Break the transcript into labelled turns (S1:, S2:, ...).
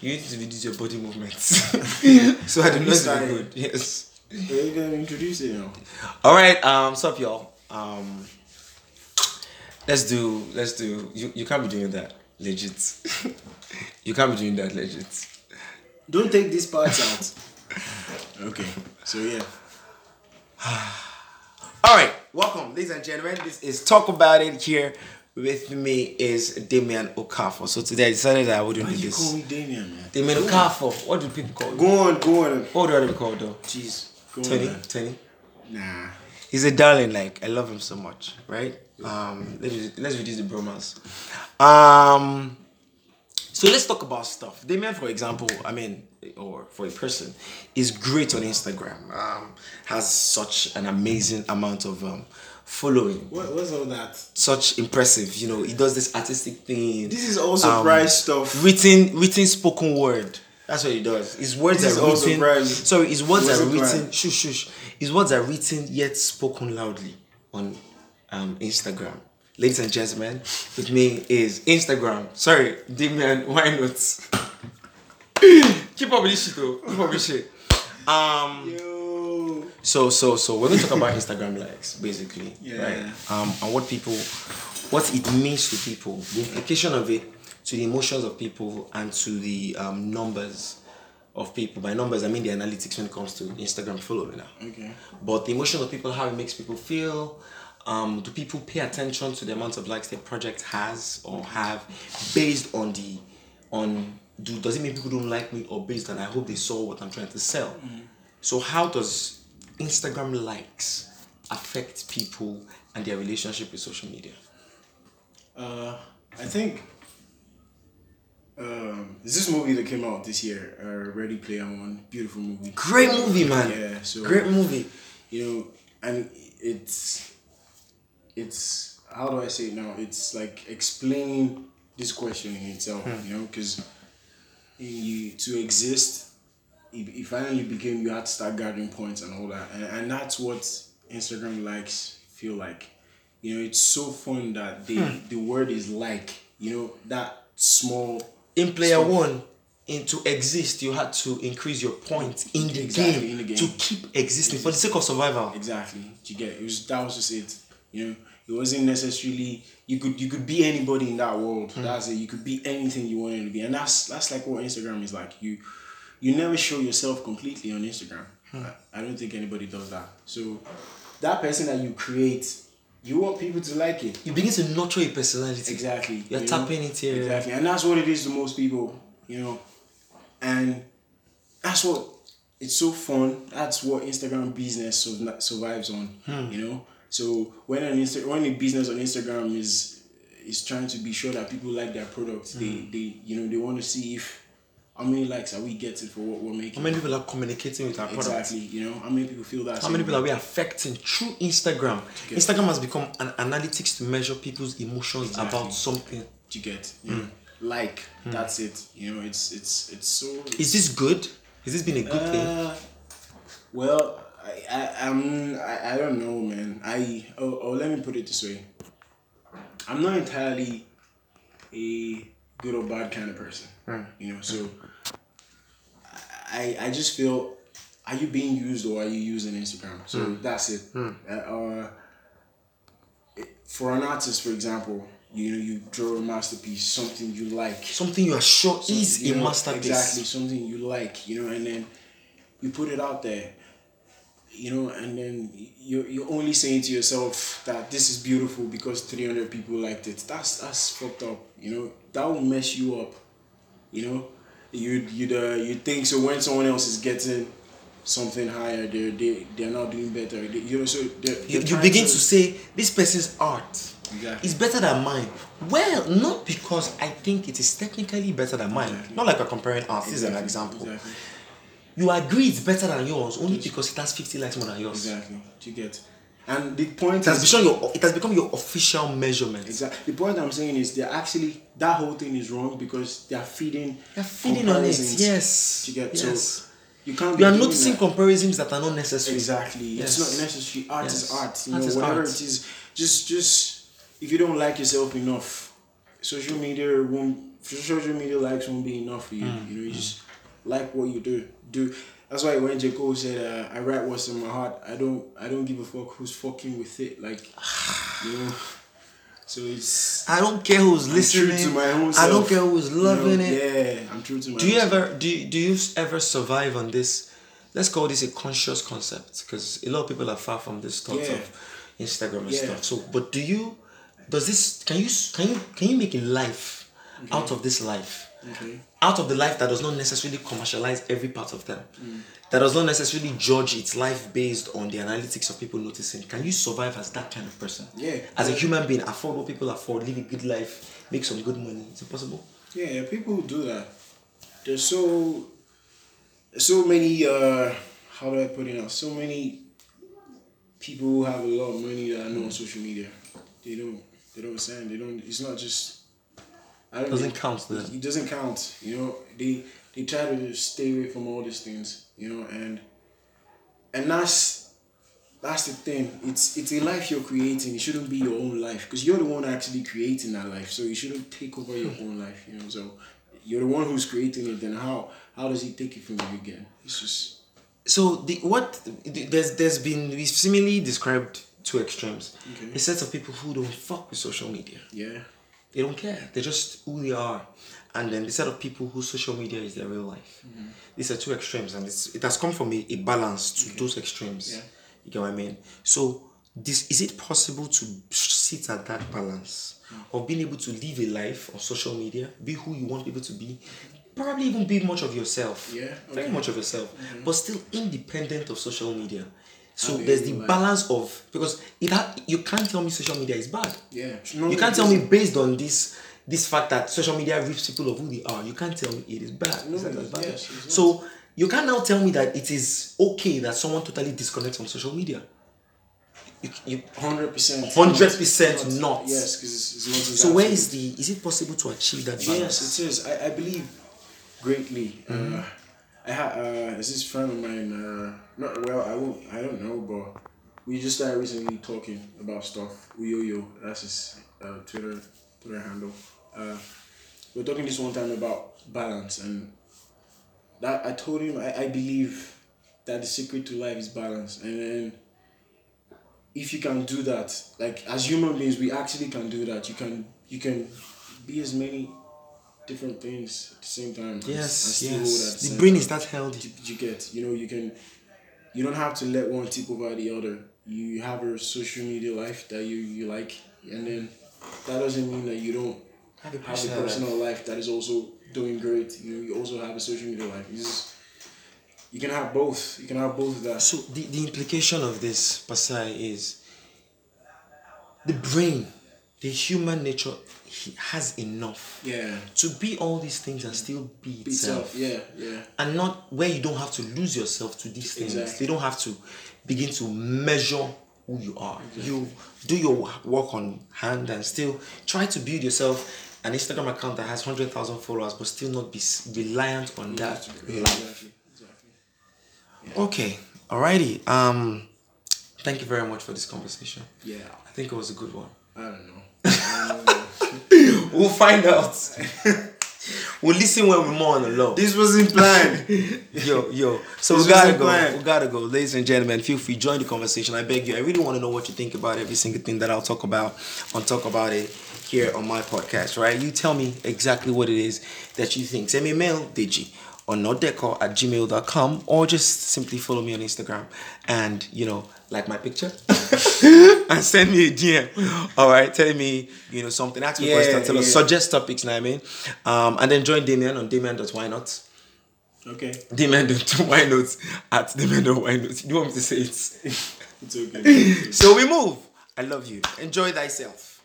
S1: You need to reduce your body movements. so I do not
S2: This
S1: look
S2: guy.
S1: good. Yes.
S2: Are you gonna introduce it now?
S1: All right. Um. Sup, y'all. Um. Let's do. Let's do. You. You can't be doing that. Legit. you can't be doing that. Legit.
S2: Don't take these parts out. okay. So yeah.
S1: All right, welcome, ladies and gentlemen. This is Talk About It here. With me is Damian Okafor. So today I decided that I wouldn't do
S2: You call
S1: this.
S2: me Damien, man.
S1: Damian Okafor. What do people call you?
S2: Go on, go on.
S1: What do I be called though?
S2: Jeez. Go on.
S1: 20?
S2: man.
S1: 20?
S2: Nah.
S1: He's a darling, like I love him so much, right? Um let's re- let's reduce the bromance. Um so let's talk about stuff. Damien, for example, I mean, or for a person, is great on Instagram. Um, has such an amazing amount of um, following.
S2: What, what's all that?
S1: such impressive. You know, he does this artistic thing.
S2: This is all
S1: Um,
S2: surprise stuff.
S1: Written, written spoken word. That's what he does. His words
S2: This is
S1: are
S2: all
S1: written.
S2: surprise.
S1: Sorry, his words
S2: What's
S1: are
S2: surprise?
S1: written. Shush, shush. His words are written yet spoken loudly on um, Instagram. Ladies and gentlemen, with me is Instagram. Sorry, Damian, why not? Keep up with this shit, though. Keep up with this shit. Um,
S2: Yo.
S1: so so so we're gonna talk about Instagram likes basically,
S2: Yeah.
S1: right? Um, and what people, what it means to people, the implication of it to the emotions of people and to the um, numbers of people. By numbers, I mean the analytics when it comes to Instagram following. Now.
S2: Okay.
S1: But the emotion of people, how it makes people feel. Um, do people pay attention to the amount of likes their project has or have based on the on do does it mean people don't like me or based on I hope they saw what I'm trying to sell?
S2: Mm.
S1: So how does Instagram likes affect people and their relationship with social media?
S2: Uh, I think. Um, is this movie that came out this year? Uh, Ready Player One, beautiful movie.
S1: Great movie, man.
S2: Yeah, so-
S1: Great movie.
S2: You know, and it's, it's how do I say it now? It's like explaining this question in itself. You know, because you to exist, it, it finally became you had to start gathering points and all that, and, and that's what Instagram likes feel like. You know, it's so fun that the the word is like. You know that small
S1: In player
S2: So-
S1: one, in to exist, you had to increase your points in the,
S2: Exactly,
S1: game,
S2: in the game.
S1: to keep existing for the sake of survival.
S2: Exactly. Do you get it? it was that was just it. You know, it wasn't necessarily you could you could be anybody in that world. That's it. You could be anything you wanted to be, and that's that's like what Instagram is like. You you never show yourself completely on Instagram. I, I don't think anybody does that. So that person that you create, you want people to like it.
S1: you begin to nurture a personality.
S2: Exactly.
S1: You're
S2: you know?
S1: tapping into your-
S2: Exactly. And that's what it is to most people, you know. And that's what it's so fun. That's what Instagram business sur- survives on,
S1: Hmm.
S2: you know. So when an Insta- when a business on Instagram is is trying to be sure that people like their product,
S1: Hmm.
S2: they they you know they want to see if how many likes are we getting for what we're making.
S1: How many people are communicating with our product?
S2: exactly. You know how many people feel that.
S1: How many people are we affecting through Instagram? Instagram has become an analytics to measure people's emotions about something.
S2: you get? You
S1: Hmm.
S2: know? Like that's it. You know it's it's it's so
S1: Is this good? Has this been a good thing?
S2: Uh, well, I, I, I'm, I, I don't know, man. I, oh, oh, let me put it this way. I'm not entirely a good or bad kind of person, you know. So, I, I just feel, are you being used or are you using Instagram? So that's it. Uh, uh, it- for an artist, for example, you know, you draw a masterpiece, something you like
S1: Something you are sure is
S2: you
S1: a
S2: know,
S1: masterpiece.
S2: Exactly, something you like, you know, and then you put it out there, you know, and then you're, you're only saying to yourself that this is beautiful because 300 people liked it. That's that's fucked up, you know. That will mess you up, you know. You'd, you'd, uh, you think so when someone else is getting something higher, they're, they, they're not doing better. They- you know, so they're,
S1: You,
S2: they're
S1: you
S2: trying
S1: begin to say this person's art
S2: Exactly.
S1: is better than mine. Well, not because I think it is technically better than mine. Not like we're comparing art. This is an example.
S2: Exactly.
S1: You agree it's better than yours only because it has 50 likes more than yours.
S2: exactly. Do you get? And the point
S1: It has
S2: is,
S1: become your it has become your official measurement.
S2: Exactly. The point I'm saying is they're actually that whole thing is wrong because they're feeding.
S1: You're feeding on it.
S2: comparisons
S1: Yes.
S2: To get
S1: yes.
S2: so you can't. Be
S1: you are
S2: doing
S1: noticing
S2: that.
S1: comparisons that are not necessary.
S2: exactly.
S1: Yes.
S2: It's not necessary. Art is
S1: Yes.
S2: art. You
S1: Art
S2: know,
S1: is
S2: whatever
S1: art.
S2: it is, just just if you don't like yourself enough, social media won't social media likes won't be enough for you.
S1: Mm,
S2: You know, you just like what you do. Do that's why when J Cole said, uh, "I write what's in my heart. I don't. I don't give a fuck who's fucking with it." Like, you know. So it's
S1: I don't care who's
S2: true
S1: listening.
S2: to my own
S1: I don't
S2: self,
S1: care who's
S2: you know,
S1: loving it.
S2: Yeah, I'm true to my.
S1: Do you
S2: own self.
S1: ever do you, do you ever survive on this? Let's call this a conscious concept because a lot of people are far from this thought
S2: Yeah.
S1: of Instagram and
S2: Yeah.
S1: stuff. So, but do you? Does this? Can you? s- Can you? Can you make a life out of this life?
S2: Okay.
S1: Out of the life that does not necessarily commercialize every part of them,
S2: Mm.
S1: that does not necessarily judge its life based on the analytics of people noticing. Can you survive as that kind of person?
S2: Yeah.
S1: As a human being, afford what people afford, live a good life, make some good money. Is it possible?
S2: Yeah, people who do that. There's so so many uh how do I put it now? So many people who have a lot of money that I know on social media. They don't they don't send, they don't it's not just I don't
S1: Doesn't count to them.
S2: It doesn't count. You know, they they try to stay away from all these things, you know, and and that's that's the thing. It's it's a life you're creating. It shouldn't be your own life because you're the one actually creating that life. So you shouldn't take over
S1: Hmm.
S2: your own life. You know, so you're the one who's creating it. Then how how does he take it from you again? It's just
S1: so the what there's there's been we've seemingly described two extremes
S2: Okay.
S1: a set of people who don't fuck with social media
S2: yeah,
S1: they don't care they're just who they are and then the set of people whose social media is their real life
S2: Mm-hmm.
S1: these are two extremes and it's, it has come from a, a balance to those extremes
S2: Yeah.
S1: you get what i mean so this is it possible to sit at that balance
S2: Mm.
S1: of being able to live a life on social media be who you want people to be probably even be much of yourself
S2: Yeah,
S1: very
S2: okay. Mm-hmm.
S1: much of yourself but still independent of social media so
S2: Having
S1: there's the
S2: like-
S1: balance of because it ha- you can't tell me social media is bad
S2: yeah. No,
S1: you can't
S2: it
S1: tell me based on this this fact that social media rips people of who they are. You can't tell me it is bad.
S2: No,
S1: It's not as bad.
S2: yes, it's not.
S1: so you can now tell me that it is okay that someone totally disconnects from social media. You, you,
S2: Hundred percent.
S1: 100% not.
S2: Yes, because it's, it's not. as
S1: so where
S2: absolute.
S1: is the? Is it possible to achieve that balance? Mm-hmm.
S2: Yes, it is. I, I believe greatly. Uh, I ha- uh, there's this friend of mine. Uh, not well. I won't. I don't know, but we just started recently talking about stuff. Uyoyo, that's his uh, Twitter Twitter handle. Uh, we we're talking this one time about balance, and that I told him I, I believe that the secret to life is balance, and then if you can do that, like as human beings, we actually can do that. You can you can be as many different things at the same time. and- and
S1: Yes,
S2: still hold at
S1: yes. The
S2: same
S1: brain
S2: time.
S1: is that healthy.
S2: you get. You know, you can. You don't have to let one tip over the other. You have your social media life that you you like, and then that doesn't mean that you don't
S1: Have a
S2: have a personal life that is also doing great. You know, you also have a social media life. You just you can have both. You can have both of that.
S1: So the, the implication of this, Pasai, is the brain, the human nature, he has enough
S2: Yeah.
S1: to be all these things and still be itself.
S2: Itself. Yeah. Yeah.
S1: and not where you don't have to lose yourself to these things.
S2: Exactly.
S1: They don't have to begin to measure who you are. You do your work on hand and still try to build yourself an Instagram account that has 100,000 followers but still not be s- reliant on that.
S2: Exactly. Exactly.
S1: Okay, alrighty. Um, thank you very much for this conversation.
S2: Yeah.
S1: I think it was a good one.
S2: I don't know. I don't know.
S1: We'll find out. we'll listen when we're more on the low.
S2: this wasn't planned.
S1: yo, yo. So
S2: This
S1: we gotta
S2: wasn't
S1: go.
S2: planned.
S1: We gotta go, ladies and gentlemen. Feel free, join the conversation. I beg you. I really want to know what you think about every single thing that I'll talk about on talk about it here on my podcast. Right? You tell me exactly what it is that you think. Send me a mail, digi, or nodeco at gmail.com, or just simply follow me on Instagram and you know like my picture and send me a DM. All right, tell me you know something. Ask me
S2: Yeah,
S1: questions. Tell us
S2: yeah.
S1: suggest topics. Know what I mean? Um, and then join Damien on Damien.whynot
S2: okay.
S1: demand of wine notes at demand of wine notes. You want me to say it?
S2: It's okay.
S1: so we move. I love you. Enjoy thyself.